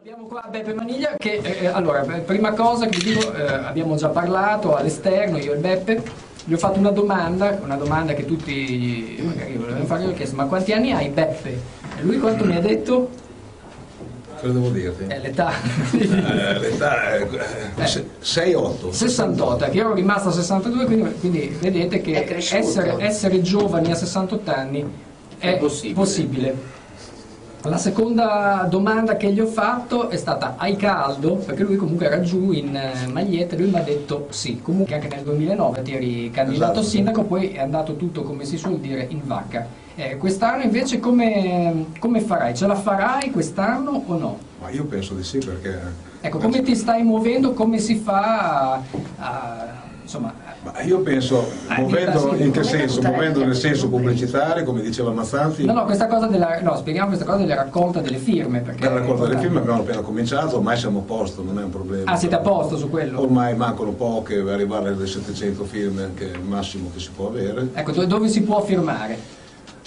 Abbiamo qua Beppe Maniglia che, eh, allora, beh, prima cosa che vi dico, eh, abbiamo già parlato all'esterno, io e Beppe, gli ho fatto una domanda, una domanda che tutti magari volevano fare, gli ho chiesto ma quanti anni hai Beppe? E lui quanto mi ha detto? Cosa devo dirti? È l'età. Eh, l'età è 6-8. 68, eh, che ero rimasto a 62, quindi, quindi vedete È che cresciuto. essere, essere giovani a 68 anni è, È possibile. possibile. La seconda domanda che gli ho fatto è stata hai caldo? Perché lui comunque era giù in eh, maglietta e lui mi ha detto sì, comunque anche nel 2009 ti eri candidato Esatto. sindaco, poi è andato tutto come si suol dire in vacca. Eh, quest'anno invece come, come farai? Ce la farai quest'anno o no? Ma io penso di sì perché... Ecco, come ti stai muovendo, come si fa a, a- insomma, Ma io penso, Ah, muovendo mi in che sta senso? scrivendo. Muovendo nel senso pubblicitario, come diceva Mazzanti, no, no, questa cosa della, no, spieghiamo questa cosa della raccolta delle firme, perché... per la raccolta è del film importante. abbiamo appena cominciato, ormai siamo a posto, non è un problema. Ah, siete a posto su quello? Ormai mancano poche, arrivare alle 700 film, che è il massimo che si può avere. Ecco, do- dove si può firmare?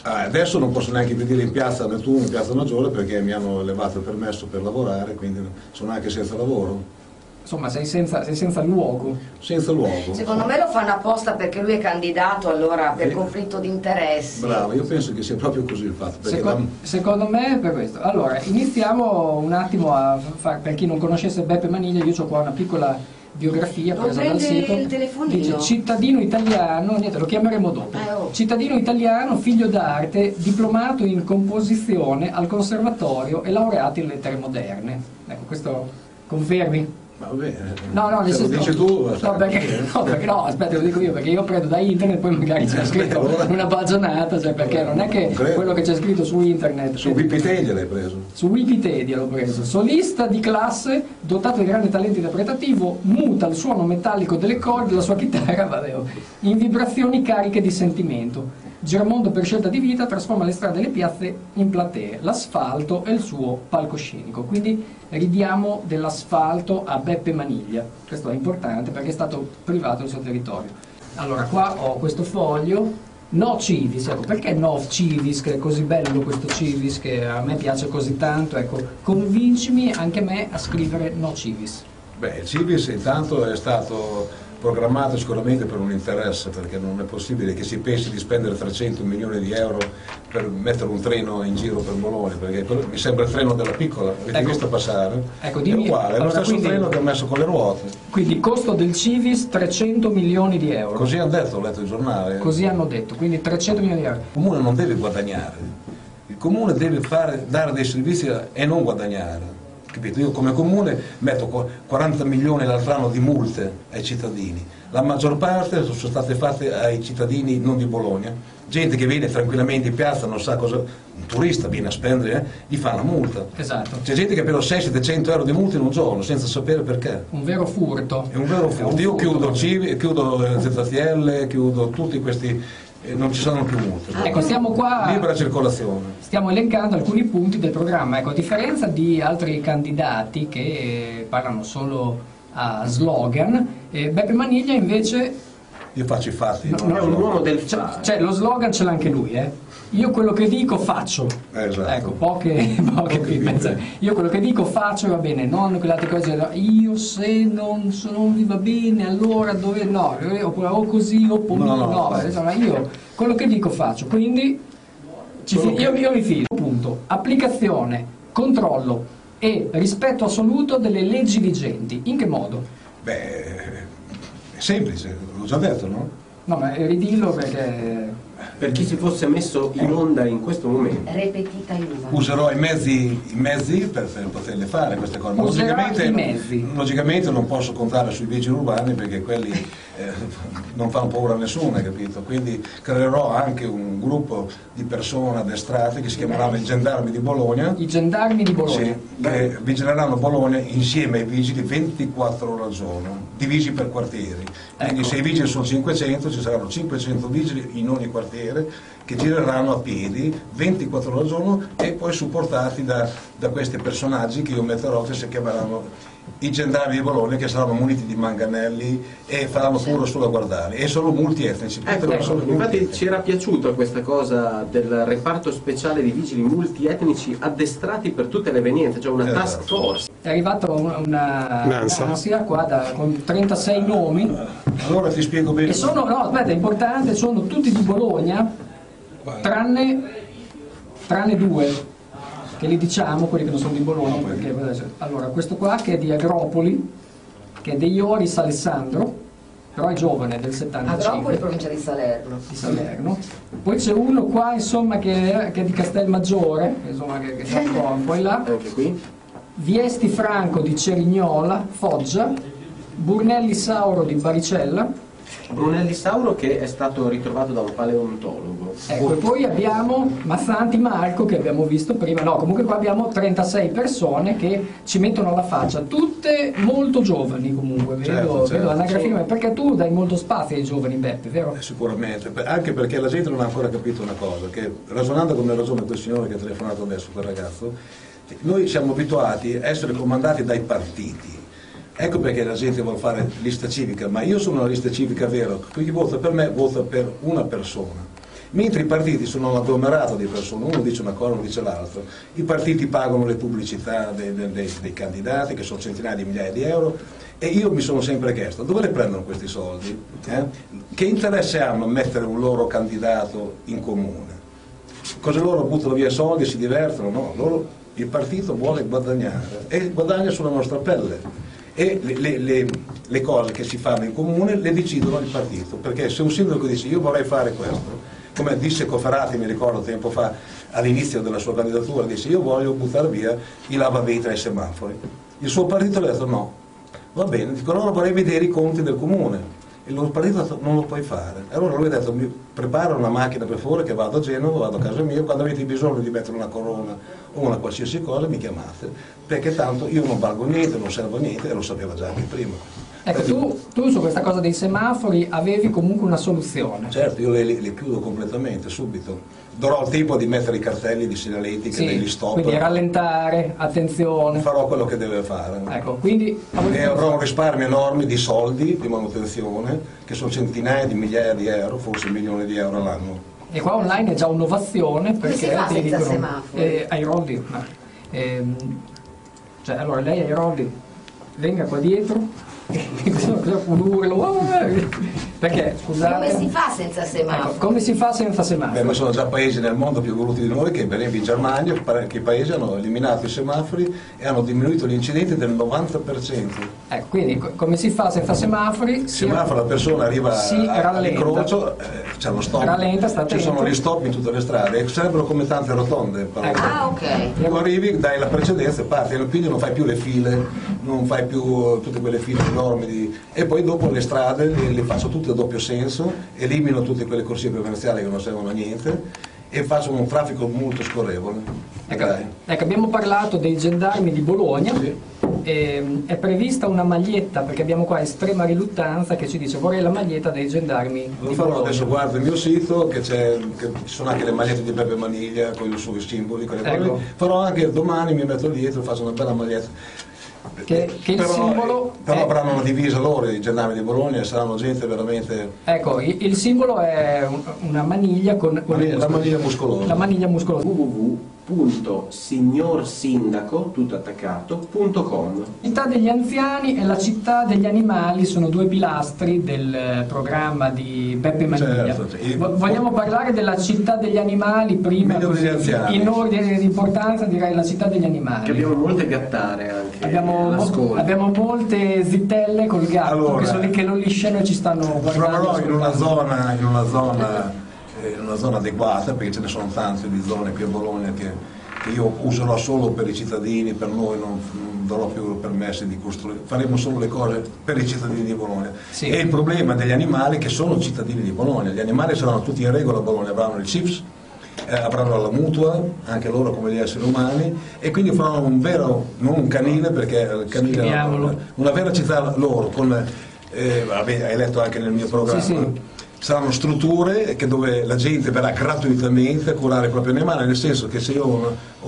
Ah, Adesso non posso neanche vedere in piazza Nettuno, in piazza Maggiore, perché mi hanno levato il permesso per lavorare, quindi sono anche senza lavoro, Insomma, sei senza, sei senza luogo. senza luogo. Secondo me lo fanno apposta perché lui è candidato allora per Eh. conflitto di interessi. Bravo, io penso che sia proprio così il fatto. Perché Seco- la- secondo me è per questo. Allora, iniziamo un attimo a fare, per chi non conoscesse Beppe Maniglia, io ho qua una piccola biografia Non presa dal prende sito. il telefonino? Dice, cittadino italiano, niente, lo chiameremo dopo. Eh, oh. Cittadino italiano, figlio d'arte, diplomato in composizione al conservatorio e laureato in lettere moderne. Ecco, questo confermi? Va bene. No, no, nel eh, Se lo senso- dici tu. eh, No, sai. perché, no, perché no, aspetta, lo dico io, perché io prendo da internet, poi magari c'è scritto allora. una bagionata, cioè perché non è che Non credo. quello che c'è scritto su internet. Su Wikipedia l'hai preso. Su Wikipedia l'ho preso. Solista di classe, dotato di grande talento interpretativo, muta il suono metallico delle corde, la sua chitarra, vabbè, oh, in vibrazioni cariche di sentimento. Germondo per scelta di vita trasforma le strade e le piazze in platee, l'asfalto è il suo palcoscenico. Quindi ridiamo dell'asfalto a Beppe Maniglia. Questo è importante perché è stato privato del suo territorio. Allora, qua ho questo foglio. No Civis, ecco, perché no Civis, che è così bello questo Civis, che a me piace così tanto, ecco, convincimi anche me a scrivere no Civis. Beh, il Civis intanto è stato programmato sicuramente per un interesse, perché non è possibile che si pensi di spendere 300 milioni di euro per mettere un treno in giro per Bologna, perché quello- mi sembra il treno della piccola, avete Ecco. visto passare? Ecco, è dimmi- uguale, è lo allora, stesso quindi- treno che ho messo con le ruote. Quindi costo del Civis 300 milioni di euro. Così hanno detto, ho letto il giornale. Così hanno detto, quindi 300 milioni di euro. Il comune non deve guadagnare, il comune deve fare- dare dei servizi e non guadagnare. Capito? Io come comune metto qu- 40 milioni l'altro anno di multe ai cittadini, la maggior parte sono state fatte ai cittadini non di Bologna, gente che viene tranquillamente in piazza, non sa cosa, un turista viene a spendere, eh, gli fa la multa. Esatto. C'è gente che però 600-700 euro di multe in un giorno senza sapere perché. Un vero furto. È un vero furto. Io chiudo Civi, chiudo eh, ZTL, chiudo tutti questi, eh, non ci sono più multe. Ecco, siamo qua... Libera circolazione. Stiamo elencando alcuni punti del programma, ecco, a differenza di altri candidati che eh, parlano solo a slogan, eh, Beppe Maniglia invece Io faccio i fatti. No, non no, lo è so. un uomo del Cioè, fare. cioè, lo slogan ce l'ha anche lui, eh. Io quello che dico faccio. Eh, esatto. Ecco, poche, poche qui, bibite. pensa. Io quello che dico faccio va bene, non quelle altre cose. no, Io se non, se non vi va bene, allora dove no? eh, Oppure o così o poi no. eh, No, no, no. Insomma, io quello che dico faccio. Quindi ci Quello fi- che- io, io mi fido. Punto. Applicazione, controllo e rispetto assoluto delle leggi vigenti. In che modo? Beh, è semplice, l'ho già detto, no? No, ma eh, ridillo perché... Per chi si fosse messo in onda in questo momento. Repetita Juva. Userò i mezzi, i mezzi per, per poterle fare queste cose. Ma Userò logicamente, i mezzi. logicamente non posso contare sui vigili urbani perché quelli eh, non fanno paura a nessuno, capito? Quindi creerò anche un gruppo di persone addestrate che si chiameranno i gendarmi di Bologna. I gendarmi di Bologna. Sì, che vigileranno Bologna insieme ai vigili 24 ore al giorno, divisi per quartieri. Quindi Ecco. se i vigili sono 500, ci saranno 500 vigili in ogni quartiere che gireranno a piedi 24 ore al giorno e poi supportati da, da questi personaggi che io metterò che si chiameranno i gendarmi di Bologna che saranno muniti di manganelli e faranno puro solo a guardare, e sono multietnici. tutte Ecco, persone infatti multietniche. c'era piaciuta questa cosa del reparto speciale di vigili multietnici addestrati per tutte le evenienze, cioè una Esatto. task force. È arrivata una, una, Un'ansia. un'ansia qua da- con 36 nomi Allora ti spiego bene. e sono, no aspetta, è importante, sono tutti di Bologna Guarda, tranne, tranne due che li diciamo, quelli che non sono di Bologna. perché, allora, questo qua che è di Agropoli, che è De Ioris Alessandro, però è giovane, è del 75 Agropoli, provincia di Salerno. di Salerno. Poi c'è uno qua, insomma, che, che è di Castelmaggiore, insomma, che, che sta un po' un po' in là. Anche qui. Viesti Franco di Cerignola, Foggia. Burnelli Sauro di Baricella. Brunelli Sauro che è stato ritrovato da un paleontologo. Ecco, e poi abbiamo Mazzanti Marco che abbiamo visto prima, no, comunque qua abbiamo 36 persone che ci mettono alla faccia, tutte molto giovani comunque, vedo, Certo, vedo certo. l'anagrafia, ma perché tu dai molto spazio ai giovani Beppe, vero? Sicuramente, per- anche perché la gente non ha ancora capito una cosa, che ragionando come ragiona quel signore che ha telefonato adesso, quel ragazzo, noi siamo abituati a essere comandati dai partiti. Ecco perché la gente vuole fare lista civica, ma io sono una lista civica vera, chi vota per me vota per una persona. Mentre i partiti sono un agglomerato di persone, uno dice una cosa, uno dice l'altra. I partiti pagano le pubblicità dei, dei- dei- dei candidati, che sono centinaia di migliaia di euro, e io mi sono sempre chiesto dove le prendono questi soldi? Eh? Che interesse hanno a mettere un loro candidato in comune? Cosa loro buttano via soldi, si divertono? No, loro, il partito vuole guadagnare e guadagna sulla nostra pelle. E le, le- le- le cose che si fanno in comune le decidono il partito, perché se un sindaco dice io vorrei fare questo, come disse Coferati, mi ricordo tempo fa, all'inizio della sua candidatura, disse io voglio buttare via i lavavetri ai semafori. Il suo partito le ha detto no, Va bene, dico allora vorrei vedere i conti del comune. E lo partito ha detto, non lo puoi fare. E Allora lui ha detto mi prepara una macchina per favore che vado a Genova, vado a casa mia, quando avete bisogno di mettere una corona o una qualsiasi cosa mi chiamate, perché tanto io non valgo niente, non servo a niente e lo sapeva già anche prima. Ecco, tu, tu su questa cosa dei semafori avevi comunque una soluzione. Certo, io le, le chiudo completamente, subito. Darò il tempo di mettere i cartelli di segnaletica, degli stop, quindi rallentare, attenzione. farò quello che deve fare. Ecco, quindi E avrò un risparmio enorme di soldi di manutenzione, che sono centinaia di migliaia di euro, forse milioni di euro all'anno. E qua online è già un'ovazione Come si perché fa ti senza dicono, semafori? eh, ai Roldi, no. Ehm, cioè, allora lei ai Roldi, venga qua dietro, un urlo, "Ah!" perché scusate, Come si fa senza ecco, semaforo? come si fa senza semafori? Beh, ma sono già paesi nel mondo più evoluti di noi, che per esempio in Germania, parecchi paesi hanno eliminato i semafori e hanno diminuito gli incidenti del 90%. Ecco, quindi co- come si fa senza semafori? Il semaforo la persona arriva Si a- rallenta. all'incrocio, eh, c'è lo stop. Rallenta, sta Ci sono attento. gli stop in tutte le strade, e sarebbero come tante rotonde. però. Ecco. Ah, ok. Tu arrivi, dai la precedenza e parti, quindi non fai più le file, non fai più eh, tutte quelle file enormi di- e poi dopo le strade le, le faccio tutte a doppio senso, elimino tutte quelle corsie preferenziali che non servono a niente e faccio un traffico molto scorrevole. Ecco, Dai. ecco, abbiamo parlato dei gendarmi di Bologna. Sì. Ehm, è prevista una maglietta perché abbiamo qua estrema riluttanza che ci dice vorrei la maglietta dei gendarmi Lo di farò Bologna. adesso guardo il mio sito che, c'è, che ci sono anche le magliette di Beppe Maniglia con i suoi simboli, con le Ecco. cose. Farò anche domani, mi metto dietro, faccio una bella maglietta. Che- che il simbolo però è- avranno una divisa loro i gendarmi di Bologna e saranno gente veramente Ecco, i- il, simbolo è un- una maniglia con con- La maniglia muscolosa. la maniglia muscolosa. www.signorsindaco, tutto attaccato, punto com. La città degli anziani e la città degli animali sono due pilastri del eh, programma di Beppe Maniglia. Certo, sì. Vo- Vogliamo parlare della città degli animali prima? Meglio degli anziani. In ordine di importanza direi la città degli animali. Che abbiamo molte gattare anche. Abbiamo, mo- all'ascolto. abbiamo molte zittelle col gatto Allora. che, sono lì che lo lisciano e ci stanno guardando. troverò in una ascoltando. zona, in una zona, eh, in una zona adeguata, perché ce ne sono tante di zone qui a Bologna che, che io userò solo per i cittadini, per noi non, non darò più permessi di costruire, faremo solo le cose per i cittadini di Bologna. Sì. E il problema degli animali è che sono cittadini di Bologna, gli animali saranno tutti in regola a Bologna, avranno il CIPS, eh, avranno la mutua, anche loro come gli esseri umani, e quindi faranno un vero, non un canile, perché il canile è Scriviamolo. una, una vera città loro, con, eh, vabbè, hai letto anche nel mio programma, Sì, sì. saranno strutture che dove la gente verrà gratuitamente a curare il proprio animale, nel senso che se io ho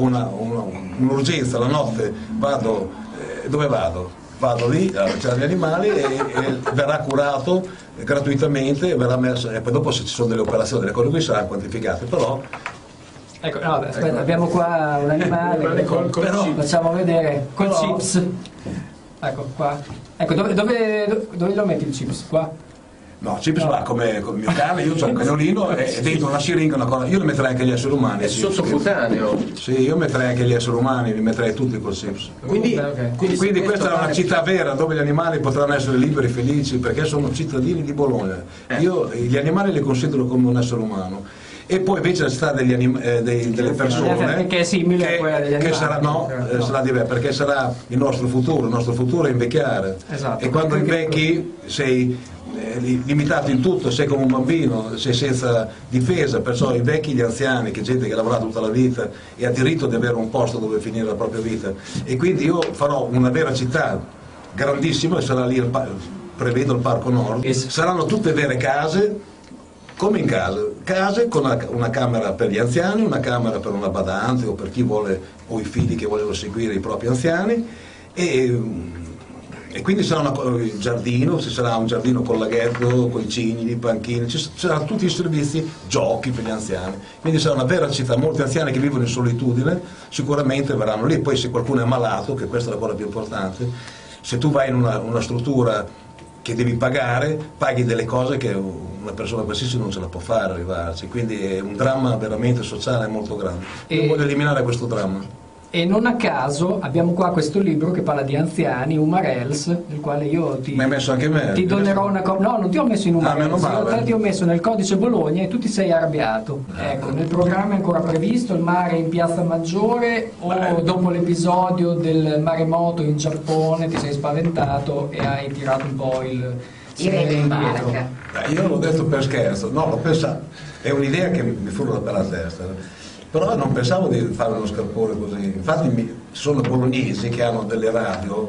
una- ho una- una- un'urgenza la notte vado, eh, dove vado? vado lì a lanciare gli animali e, e verrà curato gratuitamente e verrà messo, e poi dopo se ci sono delle operazioni, delle cose qui saranno quantificate, però Ecco, no, aspetta, abbiamo qua un animale. ecco, Col- col Però- chip. Facciamo vedere col Però- chips. Ecco qua. Ecco, dove, dove- dove lo metti il chips? Qua? No, Chips va come, come mio cane, io ho un cagnolino e e dentro una siringa una cosa. Io li metterei anche gli esseri umani. È sì, sì. sottocutaneo. Sì, io metterei anche gli esseri umani, li metterei tutti col Chips. Quindi, Ok, ok. quindi se Quindi questo questa è una vale- città vera dove gli animali potranno essere liberi, felici, perché sono cittadini di Bologna. Eh. Io gli animali li considero come un essere umano. E poi invece la città degli anim- eh, dei- delle persone Che è simile a che- quella degli che animali. sarà, no, eh, sarà diversa, perché sarà il nostro futuro, il nostro futuro è invecchiare. Esatto. E quando Perché- invecchi sei eh, li- limitato in tutto, sei come un bambino, sei senza difesa, perciò i vecchi, gli anziani, che gente che ha lavorato tutta la vita e ha diritto di avere un posto dove finire la propria vita. E quindi io farò una vera città grandissima, sarà lì, il pa- prevedo il Parco Nord, Yes. saranno tutte vere case, come in casa, case con una, una camera per gli anziani, una camera per una badante o per chi vuole, o i figli che vogliono seguire i propri anziani e, e quindi sarà una co- il giardino, ci sarà un giardino con laghetto, con i cigni, i panchini, ci s- ci saranno tutti i servizi, giochi per gli anziani, quindi sarà una vera città, molti anziani che vivono in solitudine sicuramente verranno lì, poi se qualcuno è malato, che questa è la cosa più importante, se tu vai in una, una struttura che devi pagare, paghi delle cose che una persona qualsiasi non ce la può fare arrivarci, quindi è un dramma veramente sociale molto grande. Io E- voglio eliminare questo dramma. E non a caso abbiamo qua questo libro che parla di anziani, Umarels, nel quale io ti, Eh, Mi hai messo anche me. ti donerò una cosa. No, non ti ho messo in Ah, meno Umarels, in male. realtà ti ho messo nel codice Bologna e tu ti sei arrabbiato. Ah. Ecco, nel programma è ancora previsto il mare in Piazza Maggiore o dopo l'episodio del maremoto in Giappone ti sei spaventato e hai tirato un po' il... Io vengo in indietro. barca. Eh, Io l'ho detto per scherzo, no, l'ho pensato, è un'idea che mi mi fugge dalla testa, però non pensavo di fare uno scarpone così, infatti mi- sono bolognesi che hanno delle radio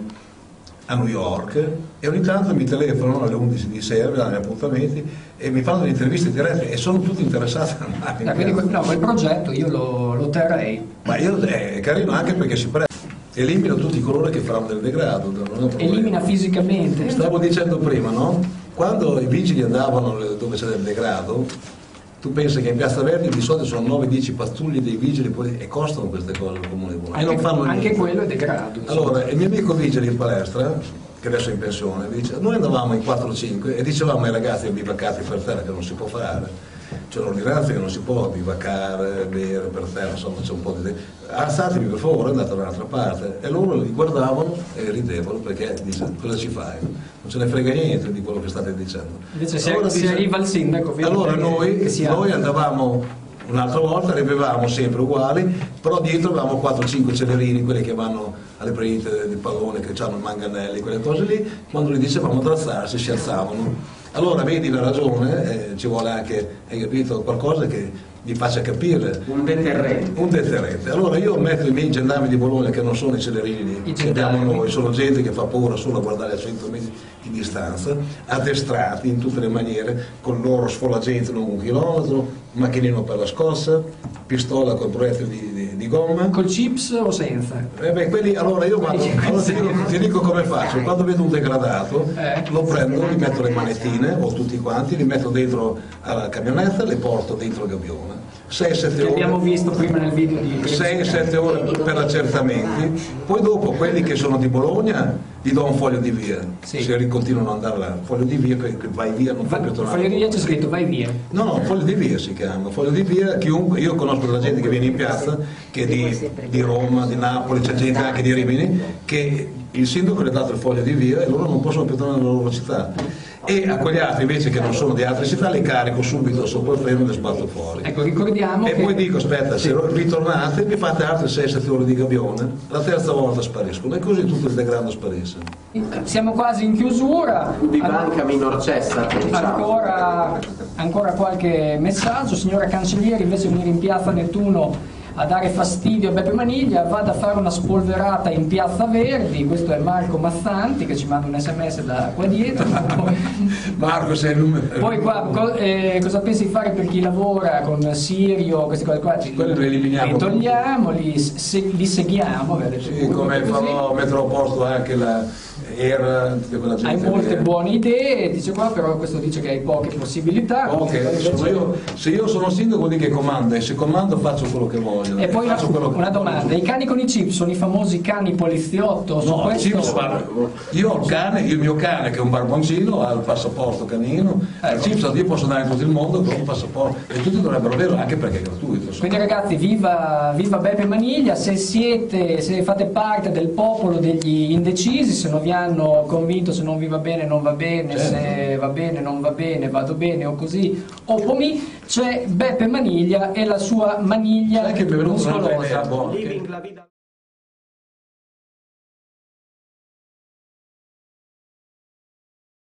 a New York e ogni tanto mi telefonano alle 11 di sera, mi danno gli appuntamenti e mi fanno delle interviste dirette e sono tutti interessati al mare. Eh, quindi que- no, quel progetto io lo, lo terrei. Ma io eh, è carino anche perché si prende, elimina tutti coloro che faranno del degrado. non è un problema. Elimina fisicamente. Stavo dicendo prima, no? Quando i vigili andavano le- dove c'era il degrado, tu pensi che in Piazza Verdi di solito sono 9-10 pattuglie dei vigili poi- e costano queste cose al comune di Bologna. e non fanno anche niente. quello è degrado. insomma. Allora, il mio amico vigile in palestra, che adesso è in pensione, dice, noi andavamo in 4-5 e dicevamo ai ragazzi bivaccati per terra che non si può fare. C'è l'ordinanza che non si può bivaccare, bere per terra, insomma c'è un po' di... Alzatevi per favore, andate da un'altra parte. E loro li guardavano e ridevano perché dice cosa ci fai? Non ce ne frega niente di quello che state dicendo. Invece se, Allora se dice- arriva il sindaco, vede allora che- noi, che si noi apre. andavamo un'altra volta, ne bevevamo sempre uguali, però dietro avevamo 4-5 celerini, quelli che vanno alle prendite di pallone, che hanno il manganelli, quelle cose lì, quando gli dicevamo di alzarsi si alzavano. Allora vedi la ragione, eh, ci vuole anche, hai capito, qualcosa che vi faccia capire. Un deterrente. Un deterrente. Allora io metto i miei gendarmi di Bologna che non sono i celerini I che abbiamo gendarmi. noi, sono gente che fa paura solo a guardare a 100 metri di distanza, addestrati in tutte le maniere, con il loro sfolagente lungo un chilometro, macchinino per la scossa, pistola con proiettili di, di- di gomma. Col chips o senza? Eh beh, quelli- allora io vado, allora ti, dico, ti dico come faccio, quando vedo un degradato Eh. lo prendo, gli metto le manettine o tutti quanti, li metto dentro alla camionetta e le porto dentro il gabbione. 6-7 Che ore. abbiamo visto prima nel video di 6-7 ore per accertamenti, poi dopo quelli che sono di Bologna gli do un foglio di via, Sì. se ri- continuano ad andare là, foglio di via che che vai via non puoi Va- più tornare. Foglio di via c'è scritto vai via. No, no, foglio di via si chiama, foglio di via, chiunque, io conosco la gente che viene in piazza, che è di, di Roma, di Napoli, c'è gente anche di Rimini, che il sindaco le ha dato il foglio di via e loro non possono più tornare nella loro città. E a quegli altri invece che non sono di altre città li carico subito sopra il freno e le sbatto fuori. Ecco, ricordiamo E che poi dico, aspetta, se ritornate mi fate altre 6-7 ore di gabbione, la terza volta spariscono e così tutto il degrado sparisce. siamo quasi in chiusura. Di An- banca minor cessa, diciamo. Ancora, ancora qualche messaggio. Signora Cancellieri, invece di venire in piazza Nettuno a dare fastidio a Beppe Maniglia, vada a fare una spolverata in piazza Verdi. Questo è Marco Mazzanti che ci manda un sms da qua dietro. Marco sei il numero. Poi qua co- eh, cosa pensi di fare per chi lavora con Sirio, queste cose qua? Ci- Quelli li eliminiamo. Li togliamo, li, se- li seguiamo. aveva detto Sì, lui, come così. farò, metterò a posto anche la- eh, era tutta quella Hai gente. molte lì. eh. buone idee, dice qua, però questo dice che hai poche possibilità. Ok, Invece- sono io- se io sono sindaco vuol dire che comando e se comando faccio quello che voglio. E poi una, faccio quello che- una domanda, i cani con i chip sono i famosi cani poliziotto? su No, questo... sì, guarda, io ho il cane, il mio cane che è un barboncino ha il passaporto canino, Eh. al Cips io posso andare in tutto il mondo con un passaporto e tutti dovrebbero averlo anche perché è gratuito. insomma. Quindi ragazzi, viva, viva Beppe Maniglia, se siete, se fate parte del popolo degli indecisi, se non vi hanno convinto, se non vi va bene, non va bene, Certo. se va bene, non va bene, vado bene o così, o pomi, c'è Beppe Maniglia e la sua maniglia Sai che è venuto boh, un'altra idea muscolosa. buona? Living la vida